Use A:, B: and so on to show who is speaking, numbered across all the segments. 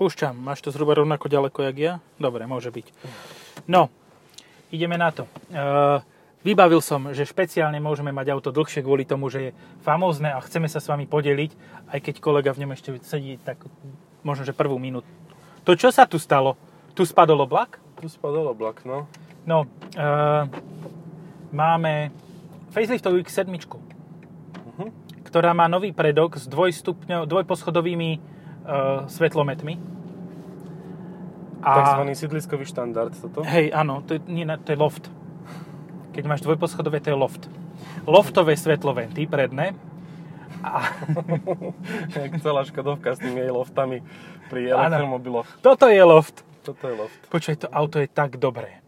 A: Púšťam. Máš to zhruba rovnako ďaleko, jak ja? Dobre, môže byť. No, ideme na to. Uh, vybavil som, že špeciálne môžeme mať auto dlhšie kvôli tomu, že je famózne a chceme sa s vami podeliť, aj keď kolega v ňom ešte sedí tak možno, že prvú minútu. To čo sa tu stalo? Tu spadol oblak?
B: Tu spadol oblak, no.
A: No, uh, máme faceliftovú X7,
B: Mhm.
A: ktorá má nový predok s dvojstupňo, dvojposchodovými uh, svetlometmi.
B: Takzvaný sídliskový štandard toto.
A: Hej, áno, to je, nie, na- to je loft. Keď máš dvojposchodové, to je loft. Loftové svetloventy predné.
B: Jak celá Škodovka s tými jej loftami pri
A: Áno.
B: elektromobiloch.
A: Toto je loft.
B: Toto je loft.
A: Počkaj, to auto je tak dobré.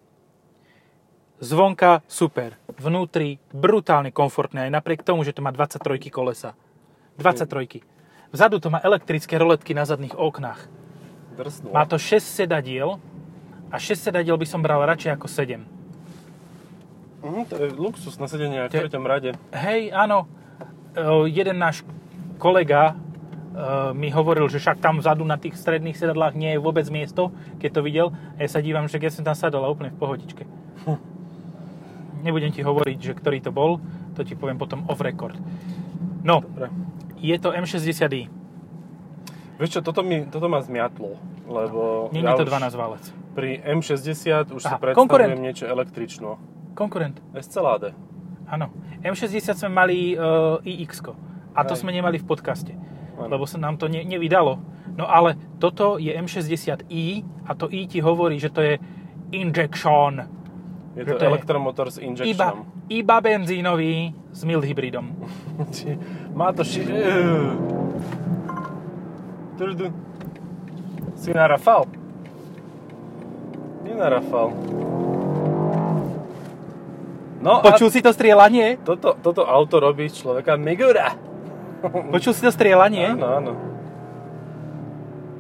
A: Zvonka super, vnútri brutálne komfortné, aj napriek tomu, že to má 23 kolesa. 23. Vzadu to má elektrické roletky na zadných oknách.
B: Drsnú.
A: Má to 6 sedadiel a 6 sedadiel by som bral radšej ako 7.
B: Mhm, to je luxus na sedenia v
A: Te-
B: treťom rade.
A: Hej, áno, E, jeden náš kolega e, mi hovoril, že však tam vzadu na tých stredných sedadlách nie je vôbec miesto, keď to videl. A ja sa dívam, že ja som tam sadol a úplne v pohodičke.
B: Hm.
A: Nebudem ti hovoriť, že ktorý to bol, to ti poviem potom off record. No,
B: Dobre.
A: je to M60i,
B: Vieš čo, toto, mi, toto ma zmiatlo, lebo
A: nie
B: ja
A: je to
B: už
A: 12 válec.
B: pri M60 už si
A: Aha,
B: predstavujem
A: konkurent.
B: niečo električno.
A: Konkurent,
B: Escalade.
A: áno. M60 sme mali uh, ix a to
B: Hej.
A: sme nemali v podcaste.
B: Áno.
A: lebo sa nám to ne, nevydalo. No ale toto je M60i a to i ti hovorí, že to je injection.
B: je
A: že to
B: to,
A: je
B: elektromotor s
A: Iba,
B: injectionom.
A: iba benzínový s mild hybridom.
B: Či- Má to ši... Trudu. Si na Rafal? Nie na Rafal. No
A: Počul
B: a
A: si to strieľanie?
B: toto, toto auto robí z človeka Migura.
A: Počul si to strieľanie?
B: Áno, áno.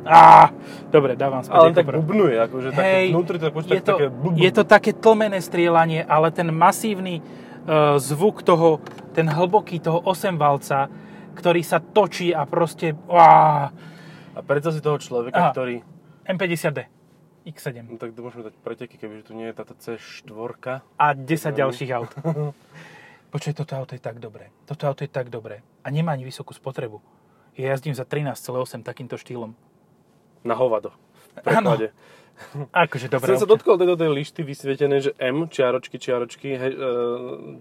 A: Á, dobre, dávam späť.
B: Ale
A: je to
B: tak
A: prvé.
B: bubnuje, akože také
A: Hej,
B: vnútri to je počuť
A: je to,
B: také bub.
A: je to také tlmené strieľanie, ale ten masívny e, zvuk toho, ten hlboký toho 8 valca, ktorý sa točí a proste... Á,
B: A predstav si toho človeka,
A: Aha.
B: ktorý...
A: M50D X7.
B: No tak to môžeme dať preteky, kebyže tu nie je táto C4.
A: a 10 ďalších aut. Počkaj, toto auto je tak dobré. Toto auto je tak dobré. A nemá ani vysokú spotrebu. Ja jazdím za 13,8 takýmto štýlom.
B: Na hovado. V preklade.
A: Akože dobré.
B: Som sa dotkol tejto tej lišty vysvietené, že M, čiaročky, čiaročky, he, e,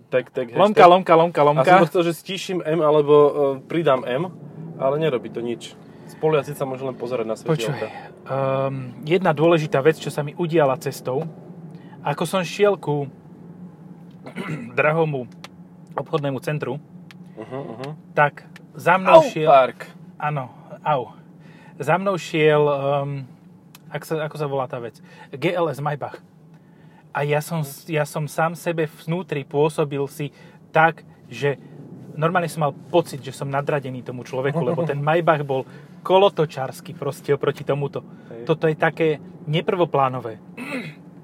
B: tag, tag,
A: Lomka,
B: hashtag.
A: lomka, lomka,
B: A
A: lomka.
B: som chcel, že stíšim M alebo e, pridám M, ale nerobí to nič. Spoliaci sa môže len pozerať na
A: Počuj,
B: svetielka.
A: um, jedna dôležitá vec, čo sa mi udiala cestou, ako som šiel ku drahomu obchodnému centru,
B: Uh-huh, uh-huh.
A: tak za mnou
B: Au,
A: šiel...
B: park.
A: Áno, au. Za mnou šiel, um, ak sa, ako sa volá tá vec, GLS Maybach. A ja som, ja som sám sebe vnútri pôsobil si tak, že normálne som mal pocit, že som nadradený tomu človeku, lebo ten Maybach bol kolotočársky proste oproti tomuto.
B: Hej.
A: Toto je také neprvoplánové.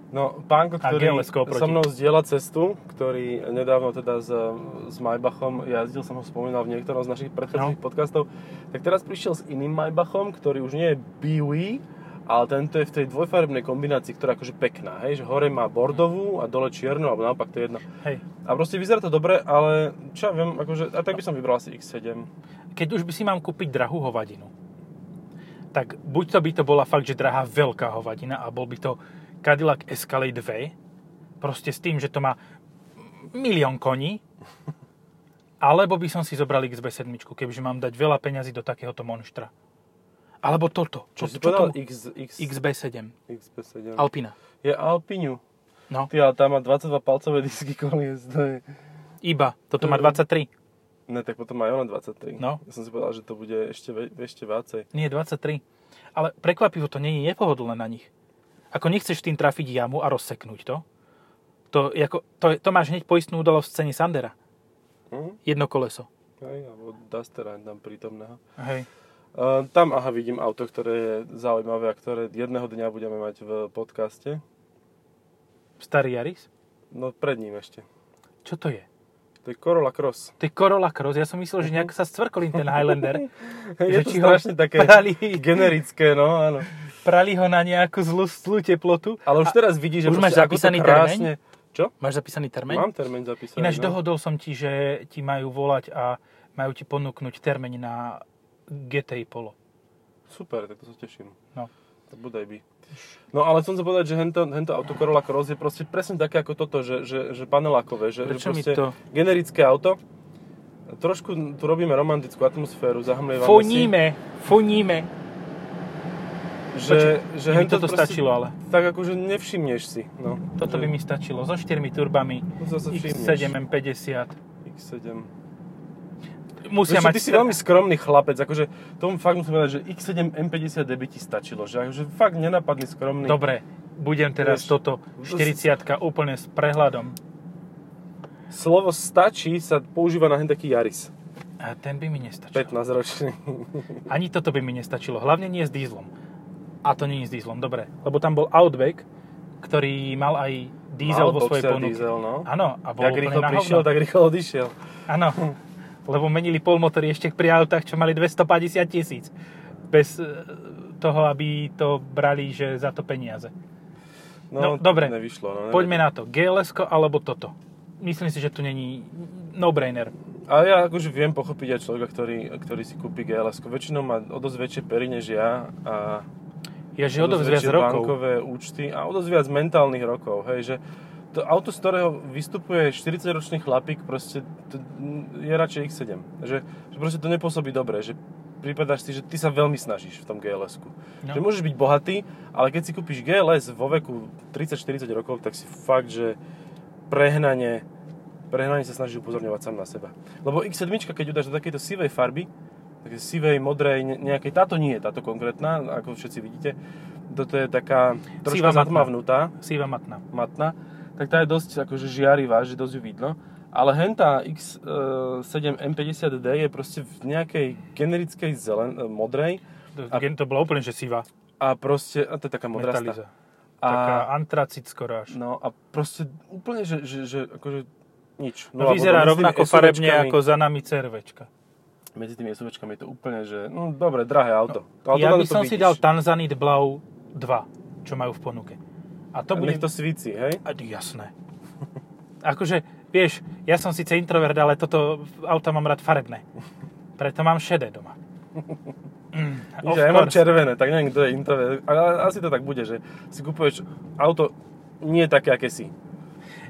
B: No, pánko,
A: A
B: ktorý
A: GLS-ko oproti.
B: so mnou zdieľa cestu, ktorý nedávno teda s, s Maybachom jazdil, som ho spomínal v niektorom z našich
A: No.
B: predchádzajúcich podcastov, tak teraz prišiel s iným Maybachom, ktorý už nie je biely, ale tento je v tej dvojfarebnej kombinácii, ktorá je akože pekná, hej, že hore má bordovú a dole čiernu, alebo naopak to je jedno.
A: Hej.
B: A proste vyzerá to dobre, ale čo ja viem, akože, a tak by som vybral asi X7.
A: Keď už by si mám kúpiť drahú hovadinu, tak buď to by to bola fakt, že drahá veľká hovadina a bol by to Cadillac Escalade V, proste s tým, že to má milión koní, alebo by som si zobral XB7, kebyže mám dať veľa peňazí do takéhoto monštra. Alebo toto.
B: Čo, si
A: to-
B: povedal?
A: tomu-
B: X, X,
A: XB7.
B: XP7.
A: Alpina.
B: Je Alpinu.
A: No,
B: Ty, ale tam má 22 palcové disky kolies, to je...
A: iba. Toto
B: Mm.
A: má 23.
B: Ne, tak potom majú len 23.
A: No.
B: Ja som si povedal, že to bude ešte, ve- ešte viacej.
A: Nie, 23. Ale prekvapivo to nie je nepohodlné na nich. Ako nechceš tým trafiť jamu a rozseknúť to. To, je ako, to, je- to máš hneď poistnú udalosť v cene Sandera.
B: Hm?
A: Jedno koleso.
B: Hej, alebo Dustera je tam prítomného.
A: Hej.
B: Uh, tam, aha, vidím auto, ktoré je zaujímavé a ktoré jedného dňa budeme mať v podcaste.
A: Starý Jaris?
B: No, pred ním ešte.
A: Čo to je?
B: To je Corolla Cross.
A: To je Corolla Cross. Ja som myslel, že nejak sa scvrkolí ten Highlander.
B: Je
A: Že
B: to
A: či ho
B: strašne také
A: prali.
B: generické, no áno.
A: Prali ho na nejakú zlú, zlú teplotu.
B: Ale už teraz vidíš, že
A: už
B: proste
A: máš
B: ako to
A: zapísaný
B: krásne... Čo?
A: Máš zapísaný termín?
B: Mám termín zapísaný.
A: Ináč
B: no.
A: dohodol som ti, že ti majú volať a majú ti ponúknuť termeň na GTI Polo.
B: Super, tak to sa teším.
A: No.
B: To bude by. No ale chcem sa povedať, že hento, hento auto Corolla Cross je proste presne také ako toto, že, že, že panelákové, že, že
A: Prečo mi
B: proste
A: to-
B: generické auto. Trošku tu robíme romantickú atmosféru, zahmlievame si,
A: Foníme, foníme.
B: že, že
A: Mne by
B: hento
A: toto
B: proste
A: stačilo, ale.
B: Tak akože nevšimneš si. No,
A: Toto by mi stačilo. So štyrmi turbami,
B: Zase
A: X7 M50.
B: X7.
A: Musia
B: Vieš čo,
A: mať...
B: ty si veľmi skromný chlapec, akože tomu fakt musím povedať, že X7 M50 D by ti stačilo, že akože fakt nenapadný skromný.
A: Dobre, budem teraz
B: Vieš,
A: toto
B: to
A: 40 úplne s prehľadom.
B: Slovo stačí sa používa na hen taký Yaris,
A: A ten by mi nestačil.
B: 15 ročný.
A: Ani toto by mi nestačilo. Hlavne nie s dízlom. A to nie je s dízlom, dobre. Lebo tam bol Outback, ktorý mal aj dízel
B: Mal
A: vo svojej
B: boxer
A: ponuke.
B: Diesel, no.
A: Áno, a bol
B: Jak
A: úplne
B: rýchlo
A: na
B: prišiel,
A: hovno.
B: tak rýchlo odišiel.
A: Áno, lebo menili polmotory ešte pri autách, čo mali 250 tisíc. Bez e, toho, aby to brali, že za to peniaze. No, dobre.
B: Nevyšlo, no.
A: Poďme na to. gls alebo toto. Myslím si, že tu není no-brainer.
B: Ale ja akože viem pochopiť aj človeka, ktorý, ktorý si kúpi GLS. Väčšinou má o dosť väčšie pery než ja a
A: Je, že odovz viac
B: väčšie
A: rokov.
B: bankové účty a o dosť viac mentálnych rokov, hej, že to auto, z ktorého vystupuje 40-ročný chlapík, proste to je radšej X7. Že, že proste to nepôsobí dobre, že prípadáš si, že ty sa veľmi snažíš v tom GLS-ku.
A: No.
B: Že môžeš byť bohatý, ale keď si kúpiš GLS vo veku 30-40 rokov, tak si fakt, že prehnane, prehnane sa snažíš upozorňovať sám na seba. Lebo X7, keď ju dáš do takejto sivej farby, také sivej, modrej, ne- nejakej, táto nie je táto konkrétna, ako všetci vidíte, toto je taká
A: Sivá
B: troška
A: matná.
B: zatmavnutá,
A: Síva matná.
B: matná, tak tá je dosť akože žiarivá, že dosť ju vidno. Ale e, hentá X7 M50D je proste v nejakej generickej zelen, e, modrej
A: To-
B: A-
A: To bola úplne, že síva.
B: a proste, a to je taká modrasta.
A: Metalliza.
B: A,
A: Taká antracit skoro až.
B: no a proste úplne, že, že, že akože nič.
A: No, vyzerá
B: bodov. Medzi tými
A: rovnako farebne
B: SUVčkami
A: ako za nami cervečka.
B: Medzi tými SUVčkami je to úplne, že no dobre, drahé auto.
A: No,
B: Ale
A: Ja
B: to len
A: by
B: to
A: som si
B: vidíš.
A: dal Tanzanit Blau 2, čo majú v ponuke. A to
B: A
A: bude...
B: Nech to svíci, hej?
A: A, jasné. Akože, vieš, ja som síce introvert, ale toto auta mám rád farebné. Preto mám šedé doma. Mm, of
B: Že ja mám
A: course.
B: červené, tak neviem, kto je introvert. Ale asi to tak bude, že si kupuješ auto nie také, aké si.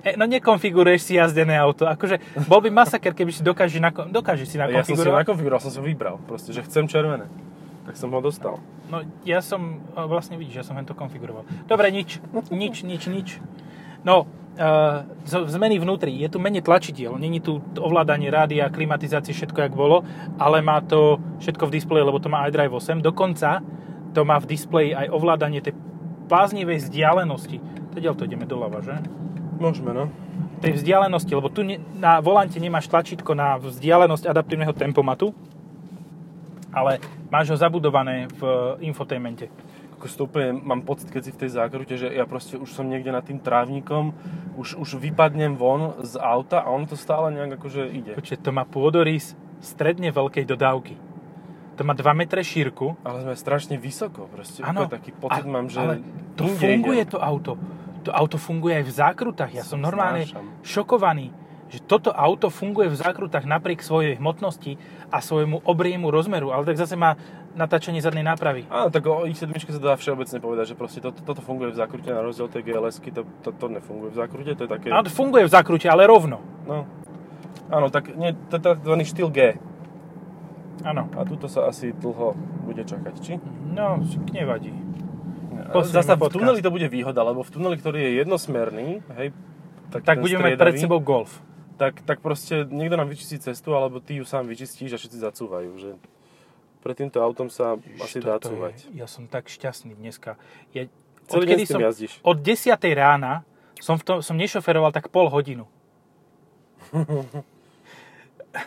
A: E, no nekonfiguruješ si jazdené auto. Akože, bol by masaker, keby si dokáže, nako- dokáže si
B: Ja som si ho
A: nakonfigurovať.
B: nakonfiguroval, som si ho vybral. Proste, že chcem červené. Tak som ho dostal.
A: No ja som, o, vlastne vidíš, ja som to konfiguroval. Dobre, nič, nič, nič, nič. No, uh, zmeny vnútri, je tu menej tlačidiel, není tu ovládanie rádia, klimatizácie, všetko jak bolo, ale má to všetko v displeji, lebo to má iDrive 8, dokonca to má v displeji aj ovládanie tej bláznivej vzdialenosti. Teď to ideme doľava, že?
B: Môžeme, no.
A: tej vzdialenosti, lebo tu ne, na volante nemáš tlačítko na vzdialenosť adaptívneho tempomatu, ale máš ho zabudované v infotainmente.
B: Ako si to úplne mám pocit, keď si v tej zákrute, že ja proste už som niekde nad tým trávnikom, už, už vypadnem von z auta a ono to stále nejak akože ide.
A: Počkej, to má pôdorys stredne veľkej dodávky. To má 2 metre šírku.
B: Ale sme strašne vysoko, proste.
A: Áno,
B: Úplne taký pocit
A: a-
B: mám, že...
A: ale to
B: inde
A: funguje
B: idem.
A: to auto. To auto funguje aj v zákrutách. Ja som normálne
B: Znášam.
A: šokovaný, že toto auto funguje v zákrutách napriek svojej hmotnosti a svojmu obriemu rozmeru, ale tak zase má natáčanie zadnej nápravy.
B: Áno, tak o X7 sa dá všeobecne povedať, že proste to, toto funguje v zákrute na rozdiel tej GLS-ky, to, to, to nefunguje v zákrute, to je také...
A: A to funguje v zakrute, ale rovno.
B: No. Áno, tak nie, to je takzvaný štýl G.
A: Áno.
B: A tuto sa asi dlho bude čakať, či?
A: No, však nevadí. Posunieme
B: Zasa v
A: podcast.
B: tuneli to bude výhoda, lebo v tuneli, ktorý je jednosmerný, hej,
A: Tak
B: ten
A: budeme mať pred
B: striedavý,
A: sebou golf.
B: Tak, tak proste niekto nám vyčistí cestu, alebo ty ju sám vyčistíš a všetci zacúvajú, že pred týmto autom sa asi dá
A: Toto je-
B: cúvať.
A: Ja som tak šťastný dneska. Ja,
B: Celý deň
A: odkedy
B: s tým
A: som,
B: jazdíš.
A: od 10. rána som, v tom, som nešoferoval tak pol hodinu.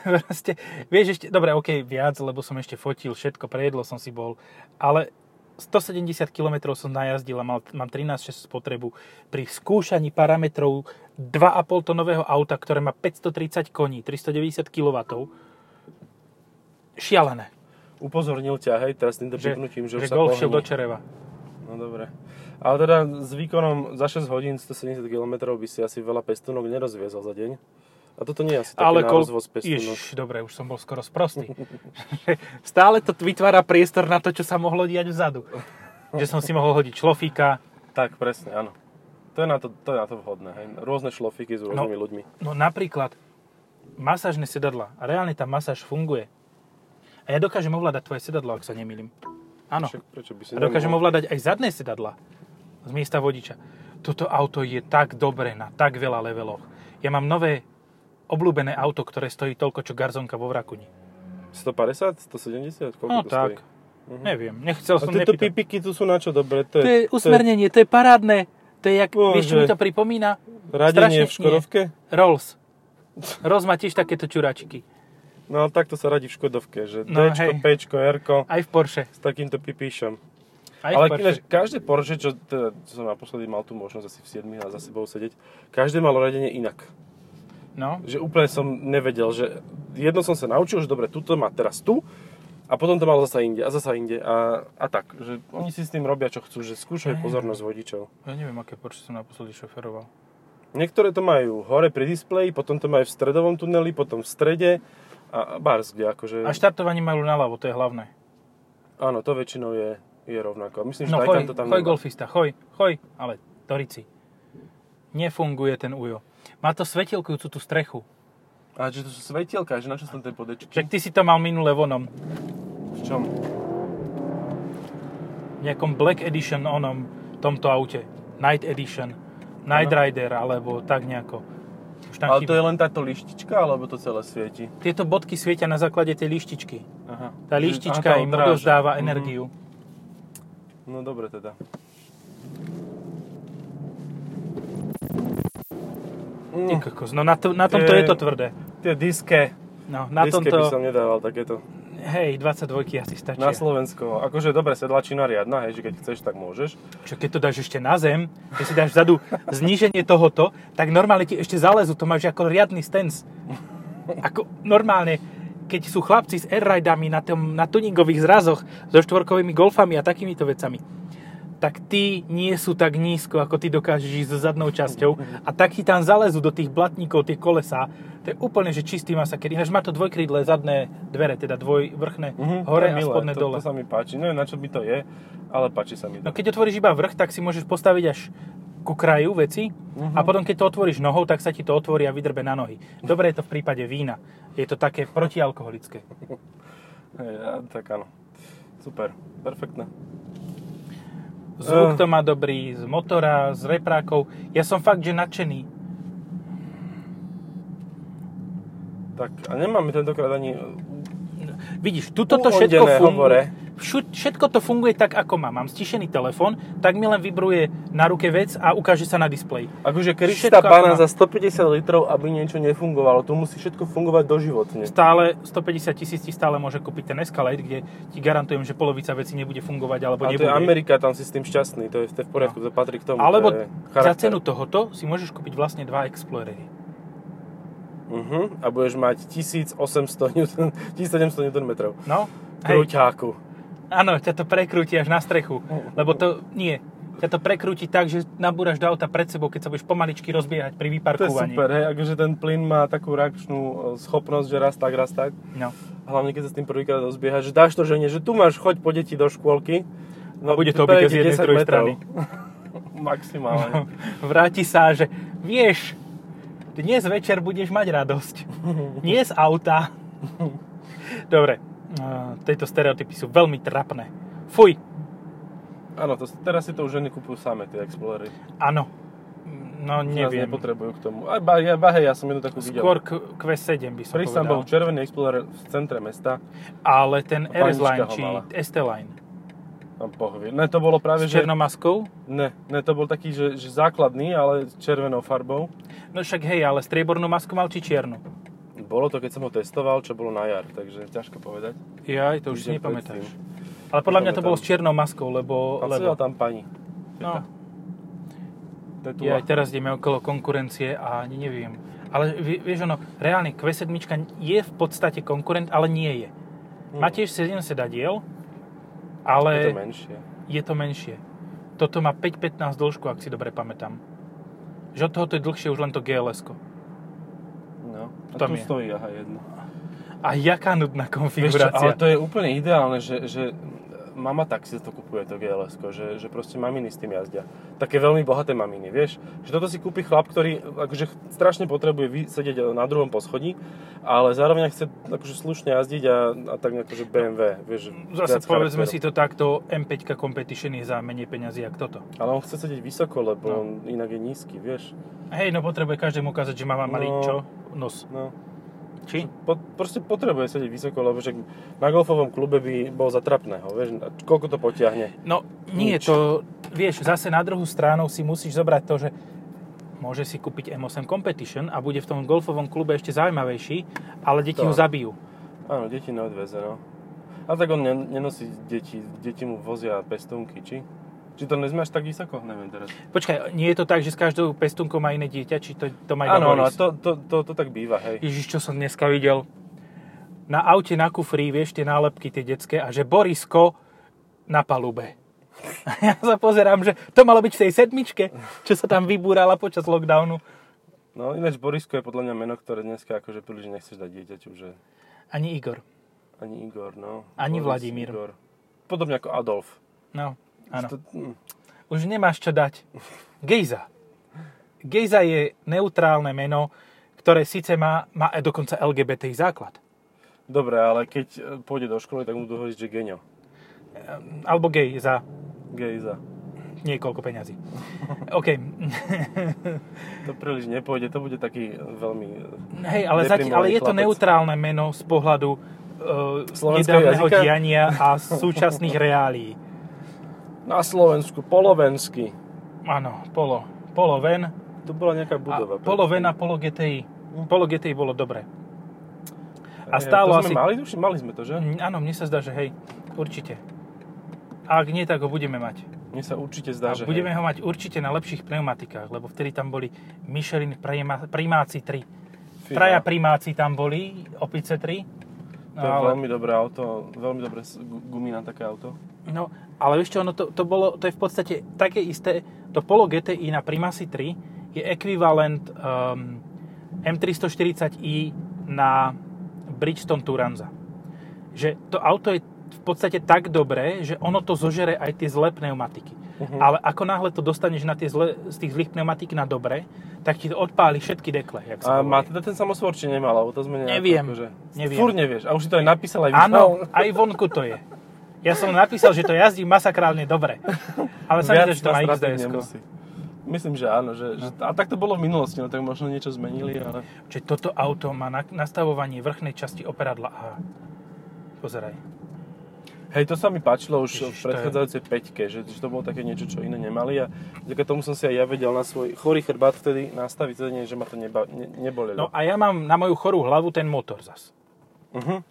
A: Proste, vieš ešte, dobre, ok, viac, lebo som ešte fotil všetko, prejedlo som si bol, ale 170 km som najazdil a mal, mám 13,6 spotrebu. Pri skúšaní parametrov 2,5 tonového auta, ktoré má 530 koní, 390 kW, šialené.
B: Upozornil ťa, hej, teraz týmto
A: Že,
B: pipnutím, že,
A: že
B: už sa
A: golf šiel do
B: pohne.
A: čereva.
B: No dobre. Ale teda s výkonom za 6 hodín 170 km by si asi veľa pestúnok nerozviezol za deň. A toto nie je asi taký
A: Ale
B: Ale na
A: kol...
B: rozvoz pestúnok.
A: Iš, dobre, už som bol skoro sprostý. Stále to vytvára priestor na to, čo sa mohlo diať vzadu. Že som si mohol hodiť šlofíka.
B: Tak, presne, áno. To je na to, to, je na to vhodné. Hej. Rôzne šlofíky s rôznymi ľuďmi.
A: No napríklad masážne sedadla. A reálne tá masáž funguje. A ja dokážem ovládať tvoje sedadlo, ak sa nemýlim. Áno.
B: Však no. prečo by si
A: No. A dokážem
B: nemohol?
A: ovládať aj zadné sedadla z miesta vodiča. Toto auto je tak dobre na tak veľa leveloch. Ja mám nové obľúbené auto, ktoré stojí toľko, čo garzonka vo Vrakuni.
B: 150, 170? Koľko
A: No
B: to
A: tak.
B: Stojí? Mhm.
A: Neviem, nechcel
B: A
A: som
B: tieto
A: nepýtať.
B: pipiky tu sú na čo dobré? To je,
A: To je usmernenie, to je parádne. To je jak,
B: Bože.
A: vieš čo mi to pripomína? strašne-
B: radenie v Škodovke?
A: Rolls. Rolls má tiež takéto čuračky.
B: No ale takto sa radí v Škodovke, že
A: No,
B: no, Dčko,
A: hej.
B: Pčko, Rko
A: Aj v Porsche.
B: s takýmto pipíšom.
A: Aj
B: Ale
A: v Porsche.
B: ináč, každé Porsche, čo, teda, čo som naposledy mal tú možnosť asi v 7 a za sebou sedieť, každé malo radenie inak.
A: No,
B: Že úplne som nevedel, že jedno som sa naučil, že dobre, tuto má teraz tu, a potom to malo zasa inde a zasa inde a, a tak, že oni si s tým robia čo chcú, že skúšajú pozornosť vodičov.
A: ja neviem, aké Porsche som naposledy šoferoval.
B: Niektoré to majú hore pri displeji, potom to majú v stredovom tuneli, potom v strede a a bars, kde akože...
A: A štartovanie majú naľavo, to je hlavné.
B: Áno, to väčšinou je, je rovnako. Myslím, že
A: No
B: Taycan
A: choj,
B: to tam
A: choj
B: nemá.
A: golfista, choj, choj, ale torici. Nefunguje ten ujo. Má to svetelkujúcu tú strechu.
B: A že to sú svetielka, že na čo som tie podečky?
A: Však ty si to mal minule vonom.
B: V čom?
A: V nejakom Black Edition onom tomto aute. Night Edition. Night Rider alebo tak nejako. Už tam
B: Ale to
A: chýba.
B: je len táto lištička, alebo to celé svieti?
A: Tieto bodky svietia na základe tej lištičky.
B: Aha.
A: Tá
B: Že-
A: lištička
B: aha, tá
A: im
B: odráža.
A: odovzdáva
B: Mhm.
A: energiu.
B: No dobre teda.
A: Ty
B: Mm,
A: kokos, no na, to, na tomto je to tvrdé.
B: tie diske.
A: No, na
B: diske by
A: tomto,
B: som nedával takéto.
A: hej, 22 asi stačí.
B: Na Slovensko. Akože dobre, sedlačina riadna, hej, že keď chceš, tak môžeš.
A: Čo keď to dáš ešte na zem, keď si dáš vzadu zníženie tohoto, tak normálne ti ešte zalezu, to máš ako riadny stens. Ako normálne, keď sú chlapci s airridami na, tom, na tuningových zrazoch so štvorkovými golfami a takýmito vecami, tak tí nie sú tak nízko, ako ty dokážeš ísť so zadnou časťou a tak ti tam zalezu do tých blatníkov tie kolesá. To je úplne, že čistý masaker. Ináč má to dvojkrydlé zadné dvere, teda dvojvrchné,
B: Mhm,
A: hore
B: to je
A: a
B: milé,
A: spodné
B: to,
A: dole.
B: To sa mi páči. Neviem, na čo by to je, ale páči sa mi
A: No
B: to.
A: keď otvoríš iba vrch, tak si môžeš postaviť až ku kraju veci uh-huh.
B: Mhm.
A: a potom keď to otvoríš nohou, tak sa ti to otvorí a vydrbe na nohy. Dobre je to v prípade vína. Je to také protialkoholické.
B: Hej, a tak áno. Super, perfektné. Eh.
A: Zvuk to má dobrý z motora, z reprákov. Ja som fakt, že nadšený.
B: Tak a nemáme tentokrát ani...
A: Vidíš, tuto to všetko
B: Uondené hovore.
A: funguje. Všut- Všetko to funguje tak, ako má. Mám stišený telefón, tak mi len vibruje na ruke vec a ukáže sa na displeji.
B: Akože
A: Všetko
B: Krista
A: ako
B: pána
A: má.
B: za 150 litrov, aby niečo nefungovalo. Tu musí všetko fungovať doživotne.
A: Stále 150 tisíc ti stále môže kúpiť ten Escalade, kde ti garantujem, že polovica vecí nebude fungovať alebo
B: A to No.
A: nebude.
B: je Amerika, tam si s tým šťastný, to je, to je v poriadku, to patrí k tomu.
A: Alebo
B: to je
A: za
B: charakter.
A: cenu tohoto si môžeš kúpiť vlastne dva Explorery.
B: Mhm, a budeš mať 1800 Newton, 1700 Nm.
A: No, hej,
B: Krúťáku.
A: áno, ťa to prekrúti až na strechu, lebo to nie. Ťa to prekrúti tak, že nabúraš do auta pred sebou, keď sa budeš pomaličky rozbiehať pri
B: To je
A: vyparkovaní.
B: super, hej, akože ten plyn má takú reakčnú e, schopnosť, že raz tak, raz tak.
A: No.
B: Hlavne, keď sa s tým prvýkrát rozbieha, že dáš to žene, že tu máš, choď po deti do škôlky.
A: A
B: No,
A: bude to obite z jednej,
B: 10
A: druhej
B: metrov.
A: strany.
B: Maximálne.
A: Vráti sa, že vieš, dnes večer budeš mať radosť. Nie z auta. Dobre, eh, tieto stereotypy sú veľmi trapné. Fuj,
B: Áno, to, teraz si to už ženy kúpujú same, tie Explorery.
A: áno. No
B: Nás
A: neviem.
B: nepotrebujú k tomu. Aj, ba, ja, ba, hej, ja som jednu takú videl.
A: Skôr Q- Q7 by som
B: Prísam
A: povedal.
B: bol červený Explorer v centre mesta.
A: Ale ten
B: A
A: RS
B: panička
A: Line,
B: ho
A: či
B: mala.
A: ST Line
B: No, boh vie. Ne, to bolo
A: s
B: práve, že...
A: černomaskou.
B: Ne, ne, to bol taký, že, že základný, ale s červenou farbou.
A: No však hej, ale striebornú masku mal či čiernu?
B: Bolo to, keď som ho testoval, čo bolo na jar, takže ťažko povedať.
A: Ja, to už si
B: Týždeň
A: nepamätáš.
B: predtým.
A: Ale podľa mňa to
B: Nepamätám.
A: bolo s čiernou maskou, lebo...
B: A
A: lebo
B: sedela tam pani.
A: no,
B: Tetua.
A: ja aj teraz ideme okolo konkurencie a ani neviem. Ale vie- vieš, ono, reálne Q7 je v podstate konkurent, ale nie je.
B: Hm.
A: Má tiež 7 sedadiel,
B: Je
A: ale
B: to menšie.
A: je to menšie. Toto má 5.15 dĺžku, ak si dobre pamätám. Že od tohoto je dlhšie už len to gls -ko.
B: No. A
A: Tam
B: tu
A: je.
B: stojí aha jedno.
A: A jaká nudná
B: Vieš čo, ale
A: konfigurácia.
B: to je úplne ideálne, že, že mama tak si to kupuje, to gls že, že proste maminy s tým jazdia. Také veľmi bohaté maminy, vieš. Že toto si kúpi chlap, ktorý akože ch- strašne potrebuje vy- sedieť na druhom poschodí, ale zároveň chce akože slušne jazdiť a, a tak akože BMW, vieš. že
A: Zase
B: viac
A: povedzme si
B: charakteru.
A: to takto, M5 Competition je za menej peňazí ako toto.
B: Ale on chce sedieť vysoko, lebo
A: No.
B: on inak je nízky, vieš.
A: Hej, no potrebuje každému ukázať, že má malý
B: No.
A: čo? Nos.
B: No.
A: Či?
B: Po, proste potrebuje sedieť vysoko, lebo však na golfovom klube by bol zatrapného, vieš. Koľko to potiahne?
A: No nie,
B: Nič.
A: to, vieš, zase na druhú stranu si musíš zobrať to, že môže si kúpiť M8 Competition a bude v tom golfovom klube ešte zaujímavejší, ale deti
B: Tak.
A: ju zabijú.
B: Áno, deti neodveze, no. A tak on nen- nenosí deti, deti mu vozia pestunky, či? Či to nezmáš tak vysoko? Neviem teraz.
A: Počkaj, nie je to tak, že s každou pestunkou má iné dieťa, či to, to má iba
B: Áno, áno,
A: Boris?
B: a to, to, to, to tak býva, hej.
A: Ježiš, čo som dneska videl. Na aute na kufri, vieš, tie nálepky, tie detské, a že Borisko na palube. A ja sa pozerám, že to malo byť v tej sedmičke, čo sa tam vybúrala počas lockdownu.
B: No ináč Borisko je podľa mňa meno, ktoré dneska akože príliš nechceš dať dieťaťu, že
A: Ani Igor.
B: ani Igor, no.
A: Ani Vladimír.
B: Igor. Podobne ako Adolf.
A: No, áno.
B: To, hm,
A: Už nemáš čo dať. Gejza. Gejza je neutrálne meno, ktoré síce má, má aj dokonca LGBTI základ.
B: dobre, ale keď e, pôjde do školy, tak mu budú hovoriť, že genio.
A: Alebo gej za
B: Gejza.
A: niekoľko peňazí. OK.
B: To príliš nepôjde, to bude taký e, veľmi... e,
A: Hej, ale, zati- ale je to
B: chlapec.
A: neutrálne meno z pohľadu uh,
B: Slovenského
A: nedávneho
B: jazyka?
A: diania a súčasných reálií.
B: Na Slovensku, polovensky.
A: Áno, polo. Polo ven.
B: Tu bola nejaká budova.
A: A polo ven a polo GTI. Polo GTI bolo dobre. A
B: Hej,
A: stálo
B: E, to
A: asi...
B: Sme mali, duši, mali sme to, že?
A: Mm, Áno, mne sa zdá, že hej, určite. A ak nie, tak ho budeme mať.
B: Mne sa určite
A: A
B: zdá, že
A: budeme
B: hej.
A: ho mať určite na lepších pneumatikách, lebo vtedy tam boli Michelin prima- primáci 3.
B: Fíha.
A: Traja primáci tam boli, opice No, 3.
B: To je veľmi dobré auto, veľmi dobré s- gu- gumy na také auto.
A: No, ale vieš čo, ono to, to, bolo, to je v podstate také isté, to Polo GTI na Primasy 3 je ekvivalent um, M340i na Bridgestone Turanza. Že to auto je v podstate tak dobré, že ono to zožere aj tie zlé pneumatiky.
B: Mhm.
A: Uh-huh. Ale ako náhle to dostaneš na tie zle, z tých zlých pneumatík na dobré, tak ti to odpáli všetky dekle. Jak sa
B: A má
A: hovorí.
B: teda ten samosvor, či nemal, lebo to sme nejako,
A: Neviem,
B: Akože,
A: neviem.
B: Fúr nevieš, a už si to aj napísal, aj
A: Áno,
B: vyslal.
A: aj vonku to je. Ja som napísal, že to jazdí masakrálne dobre. Ale sa mi
B: Viac
A: zdá, že to má
B: nás trápiť
A: XDS. -ko.
B: nemusí. Myslím, že áno. Že, že, a tak to bolo v minulosti, no tak možno niečo zmenili, ale...
A: Čiže toto auto má na- nastavovanie vrchnej časti operadla A. Pozeraj.
B: Hej, to sa mi páčilo už
A: Ježiš,
B: v predchádzajúcej peťke, že, že to bolo také niečo, čo iné nemali a vďaka tomu som si aj ja vedel na svoj chorý chrbát vtedy nastaviť sedenie, že ma to neba, ne,
A: No
B: nebolelo.
A: a ja mám na moju chorú hlavu ten motor zas.
B: Mhm.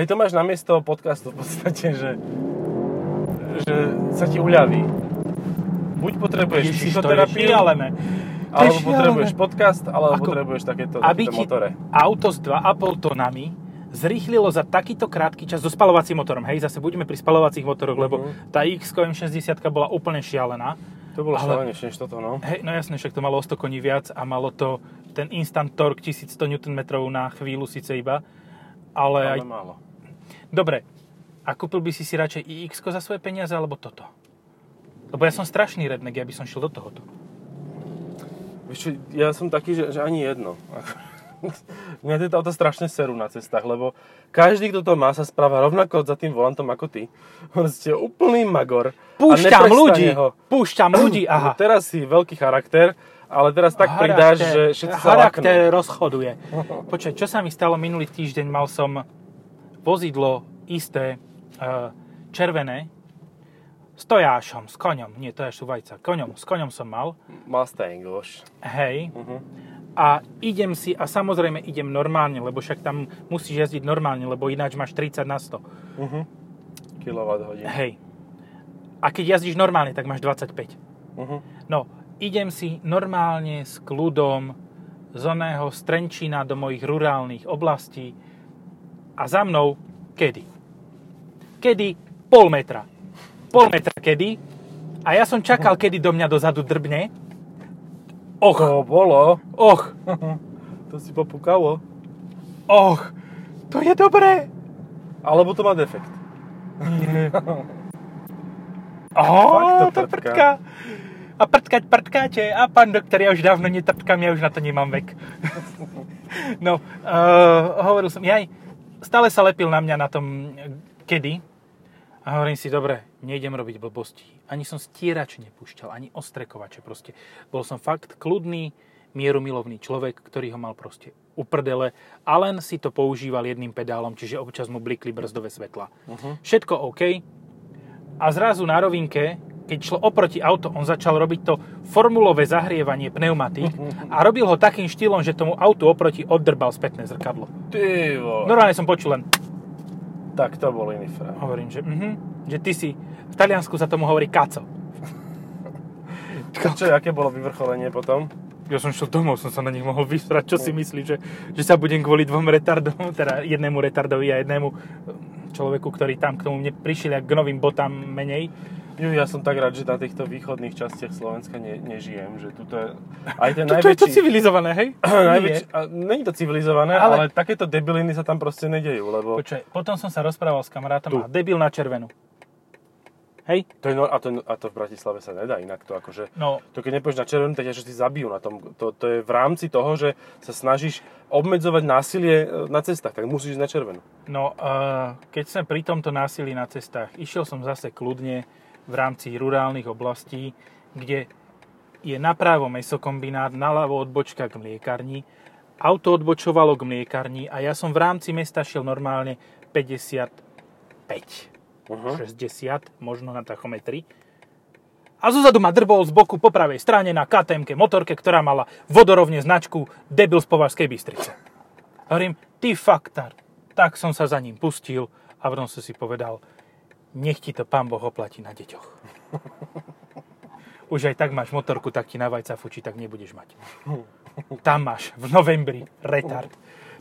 B: Hej, to máš namiesto podcastu v podstate, že, že sa ti uľaví. Buď potrebuješ
A: Ježiš, to je
B: psychoterapiu,
A: šialené. To je
B: teda alebo
A: šialené.
B: potrebuješ podcast, alebo
A: Ako-
B: potrebuješ takéto,
A: Aby
B: takéto
A: ti
B: motore.
A: auto s 2,5 tonami zrýchlilo za takýto krátky čas so spalovacím motorom. Hej, zase budeme pri spalovacích motoroch, lebo
B: Mhm.
A: tá x M60 bola úplne šialená.
B: To bolo
A: ale-
B: šialenejšie než toto, no.
A: Hej, no jasne, však to malo o 100 koní viac a malo to ten instant torque 1100 Nm na chvíľu síce iba, ale, ale aj
B: Ale málo.
A: Dobre, a kúpil by si si radšej ix za svoje peniaze, alebo toto? Lebo ja som strašný redneck, ja by som šiel do tohoto.
B: Vieš čo, ja som taký, že, že ani jedno. Mňa tieto auta strašne serú na cestách, lebo každý, kto to má, sa správa rovnako za tým volantom ako ty. On ste úplný magor. a
A: Púšťam
B: neprestane
A: ľudí,
B: ho.
A: púšťam ľudí, aha.
B: Teraz si veľký charakter, ale teraz tak
A: Charakter-
B: pridáš, že všetci sa
A: Charakter
B: laknú.
A: rozchoduje. Počkaj, čo sa mi stalo minulý týždeň, mal som vozidlo isté, e, červené, s tojášom, s koňom, nie, to je šuvajca, koňom, s koňom som mal,
B: Mustang už.
A: hej, a idem si, a samozrejme idem normálne, lebo však tam musíš jazdiť normálne, lebo ináč máš 30 na 100.
B: Uh-huh. kWh.
A: Hej. A keď jazdíš normálne, tak máš 25.
B: Uh-huh.
A: No, idem si normálne s kľudom z oného Strenčina do mojich rurálnych oblastí a za mnou kedy? Kedy pol metra. Pol metra kedy. A ja som čakal, kedy do mňa dozadu drbne. Och,
B: To bolo,
A: och,
B: to si popukalo.
A: och, to je dobré.
B: Alebo to má defekt.
A: Ó,
B: Fakt
A: to
B: to prdka.
A: prdka. A prtkať prdkáte. A pán doktor, ja už dávno netrtkám, ja už na to nemám vek. no, uh, hovoril som, jaj, stále sa lepil na mňa na tom eh, kedy. A hovorím si, dobre, nejdem robiť blbosti. Ani som stierač nepúšťal, ani ostrekovače proste. Bol som fakt kľudný, mierumilovný človek, ktorý ho mal proste uprdele a len si to používal jedným pedálom, čiže občas mu blikli brzdové svetla.
B: Uh-huh.
A: Všetko OK. A zrazu na rovinke, keď šlo oproti auto, on začal robiť to formulové zahrievanie pneumatík a robil ho takým štýlom, že tomu autu oproti oddrbal spätné zrkadlo.
B: Ty vole. No.
A: Normálne som počul len,
B: Tak to bol iný frajer.
A: hovorím, že, mhm, že ty si, v Taliansku sa tomu hovorí kaco.
B: Čo, aké bolo vyvrcholenie potom?
A: Ja som šiel domov, som sa na nich mohol vysrať, čo si myslí, že, že sa budem kvôli dvom retardom, teda jednému retardovi a jednému eh, človeku, ktorý tam k tomu mne prišiel, ak k novým botám menej.
B: Ju, ja som tak rád, že na týchto východných častiach Slovenska ne, nežijem, že tuto je... Aj ten
A: Toto je to
B: najväčší...
A: civilizované, hej?
B: najväčší a, není to civilizované, ale...
A: Ale-
B: ale takéto debiliny sa tam proste nedejú, lebo...
A: Počkaj, potom som sa rozprával s kamarátom
B: Tu.
A: a debil na červenú. Hej?
B: To je, no, a, to, je- a to v Bratislave sa nedá inak, to akože...
A: No,
B: To keď nepôjdeš na červenú, tak ťa všetci zabijú na tom. To, to je v rámci toho, že sa snažíš obmedzovať násilie e, na cestách, tak musíš ísť na červenú.
A: no uh, keď som pri tomto násilí na cestách, išiel som zase kľudne v rámci rurálnych oblastí, kde je napravo mesokombinát, naľavo odbočka k mliekarni, auto odbočovalo k mliekarni a ja som v rámci mesta šiel normálne 55,
B: Uh-huh.
A: 60, možno na tachometri. A zozadu ma drbol z boku po pravej strane na ktm motorke, ktorá mala vodorovne značku debil z Považskej Bystrice. Hovorím, ty faktár. Tak som sa za ním pustil a vrom som si povedal, nech ti to pán Boh oplatí na deťoch. Už aj tak máš motorku, tak ti na vajca fučí, tak nebudeš mať. Tam máš, v novembri, retard.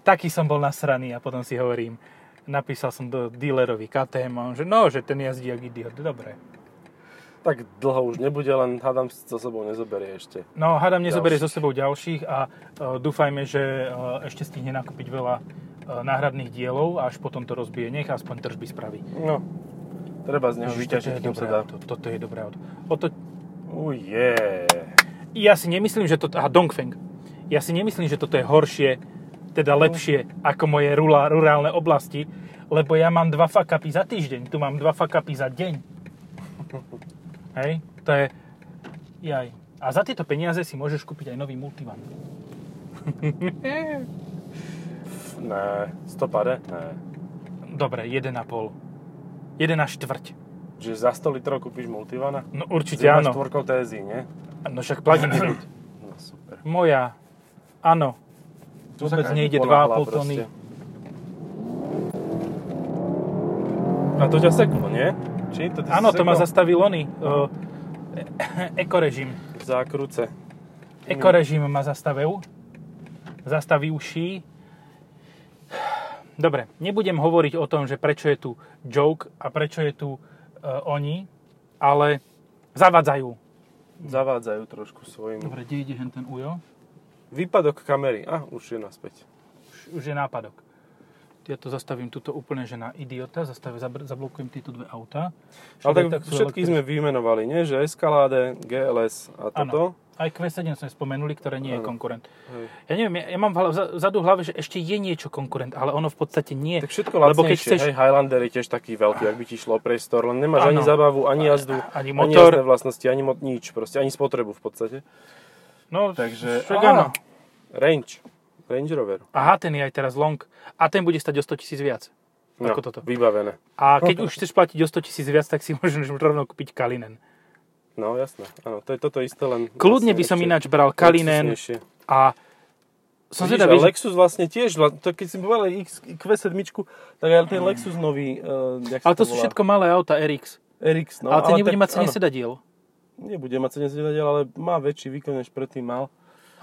A: Taký som bol nasraný a potom si hovorím, napísal som do dealerovi KTM a on, že no, že ten jazdí jak idiot, dobre.
B: Tak dlho už nebude, len hádam si so sebou nezoberie ešte.
A: No, hádam, nezoberie so sebou ďalších a e, dúfajme, že e, ešte stihne nakúpiť veľa e, náhradných dielov a až potom to rozbije. Nech aspoň tržby spraví.
B: No, treba z neho
A: Ježiš,
B: vyťažiť, kým sa
A: dobré
B: dá.
A: auto. Toto je dobré auto. O to,
B: Uje.
A: ja si nemyslím, že toto... Aha, Dongfeng. Ja si nemyslím, že toto je horšie, teda
B: No.
A: lepšie ako moje rula, rurálne oblasti, lebo ja mám dva fakapy za týždeň, tu mám dva fakapy za deň. Hej, to je... Jaj. A za tieto peniaze si môžeš kúpiť aj nový multivan.
B: Pf, Ne, stopade? Ne.
A: Dobre, 1,5. 1 na štvrť.
B: Že za 100 litrov kúpiš multivana?
A: No určite
B: S
A: áno.
B: štvorkou TSI, nie?
A: No však plug-in hybrid.
B: No super.
A: Moja. Áno. Vôbec
B: Taká
A: nejde
B: ponáhla
A: 2,5
B: proste.
A: tony.
B: A to ťa seklo, nie? Či? To ty si
A: Áno, to ma
B: sekol?
A: zastavil oný. Uh, ekorežim.
B: V zákruce.
A: Ekorežim ma zastavil. Zastavil ší. Dobre, nebudem hovoriť o tom, že prečo je tu joke a prečo je tu uh, oni, ale zavadzajú.
B: Zavádzajú trošku svojim.
A: Dobre, kde ide hen ten ujo?
B: Výpadok kamery. A, už je naspäť.
A: Už, už je nápadok. Ja to zastavím tuto úplne, že na idiota. Zastavím, zabr- zablokujem tieto dve auta.
B: Ale tak
A: sú
B: všetkých sme vymenovali, nie? Že Escalade, GLS a toto.
A: Aj Q7 sme spomenuli, ktoré nie je
B: Áno.
A: konkurent.
B: Hej.
A: Ja neviem, ja, ja mám v hlave, za- vzadu v hlave, že ešte je niečo konkurent, ale ono v podstate nie.
B: Tak všetko
A: Lebo
B: lacnejšie.
A: keď chceš,
B: Hej, Highlander je tiež taký veľký, ak by ti šlo o priestor, len nemáš ani
A: Áno.
B: zabavu, ani jazdu,
A: ani
B: ani
A: motor.
B: jazdné vlastnosti, ani mo- nič proste, ani spotrebu v podstate.
A: no,
B: Takže,
A: však
B: á.
A: áno.
B: Range. Range Rover.
A: Aha, ten je aj teraz long. A ten bude stať o 100 tisíc viac.
B: No,
A: Ako toto.
B: vybavené.
A: A keď už chceš platiť o 100 tisíc viac, tak si môžeš rovno kúpiť Kalinen.
B: No, jasné. Áno, to je toto isté, len...
A: Kľudne
B: vlastne
A: by som
B: ešte
A: ináč bral Kalinen
B: luxusnejšie.
A: a Som
B: Vidíš,
A: zvedavý,
B: a
A: že-
B: Lexus vlastne tiež, vla- to keď si povedal X, Q7, tak aj ten Lexus nový, uh, jak
A: Ale
B: sa
A: to sú
B: volá?
A: všetko malé auta RX.
B: RX, no.
A: ale ten nebude
B: tak-
A: mať
B: áno,
A: 70 diel.
B: Nebude mať 70 diel, ale má väčší výkon, než predtým mal.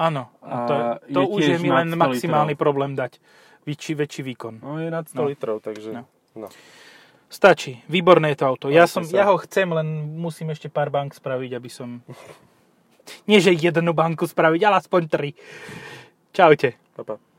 A: Áno.
B: A
A: To,
B: je
A: to už je
B: tiež teda.
A: mi
B: nad
A: len
B: 100
A: maximálny
B: litrov.
A: problém dať. Väčší, väčší výkon.
B: No je nad 100
A: No.
B: litrov, takže...
A: No.
B: No.
A: Stačí. Výborné je to auto. Ja,
B: Áno,
A: som,
B: to sa-
A: ja ho chcem, len musím ešte pár bank spraviť, aby som... Nie, že jednu banku spraviť, ale aspoň tri. Čaute.
B: Pa, pa.